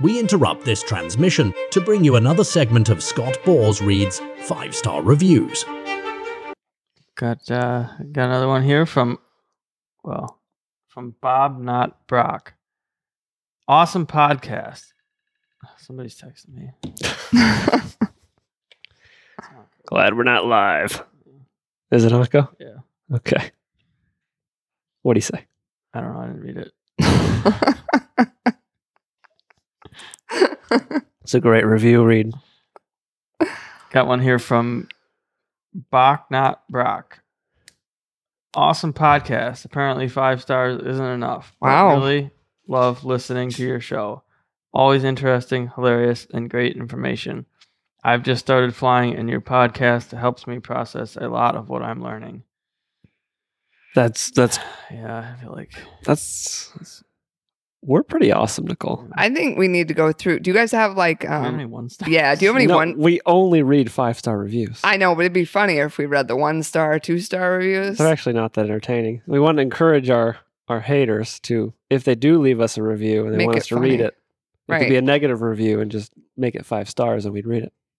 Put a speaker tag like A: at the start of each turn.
A: we interrupt this transmission to bring you another segment of Scott Bores Reads Five Star Reviews.
B: Got uh, got another one here from, well, from Bob, not Brock. Awesome podcast. Somebody's texting me.
C: Glad we're not live. Is it Hako?
B: Yeah.
C: Okay. What do you say?
B: I don't know. I didn't read it.
C: It's a great review read.
B: Got one here from Bach, not Brock. Awesome podcast. Apparently, five stars isn't enough. but
D: Wow.
B: Really love listening to your show. Always interesting, hilarious, and great information. I've just started flying, and your podcast helps me process a lot of what I'm learning.
C: That's that's
B: Yeah, I feel like
C: that's, that's we're pretty awesome, Nicole.
D: I think we need to go through. Do you guys have like
B: Do we have any
D: um?
B: one star.
D: Yeah. Do you have any
C: No,
D: one?
C: we only read five star reviews.
D: I know, but it'd be funnier if we read the one star, two star reviews.
C: They're actually not that entertaining. We want to encourage our our haters to if they do leave us a review and they
D: Make
C: want
D: it
C: us to read it,
D: funny.
C: it could be a
D: Right.
C: negative review and just make it five stars and we'd read it.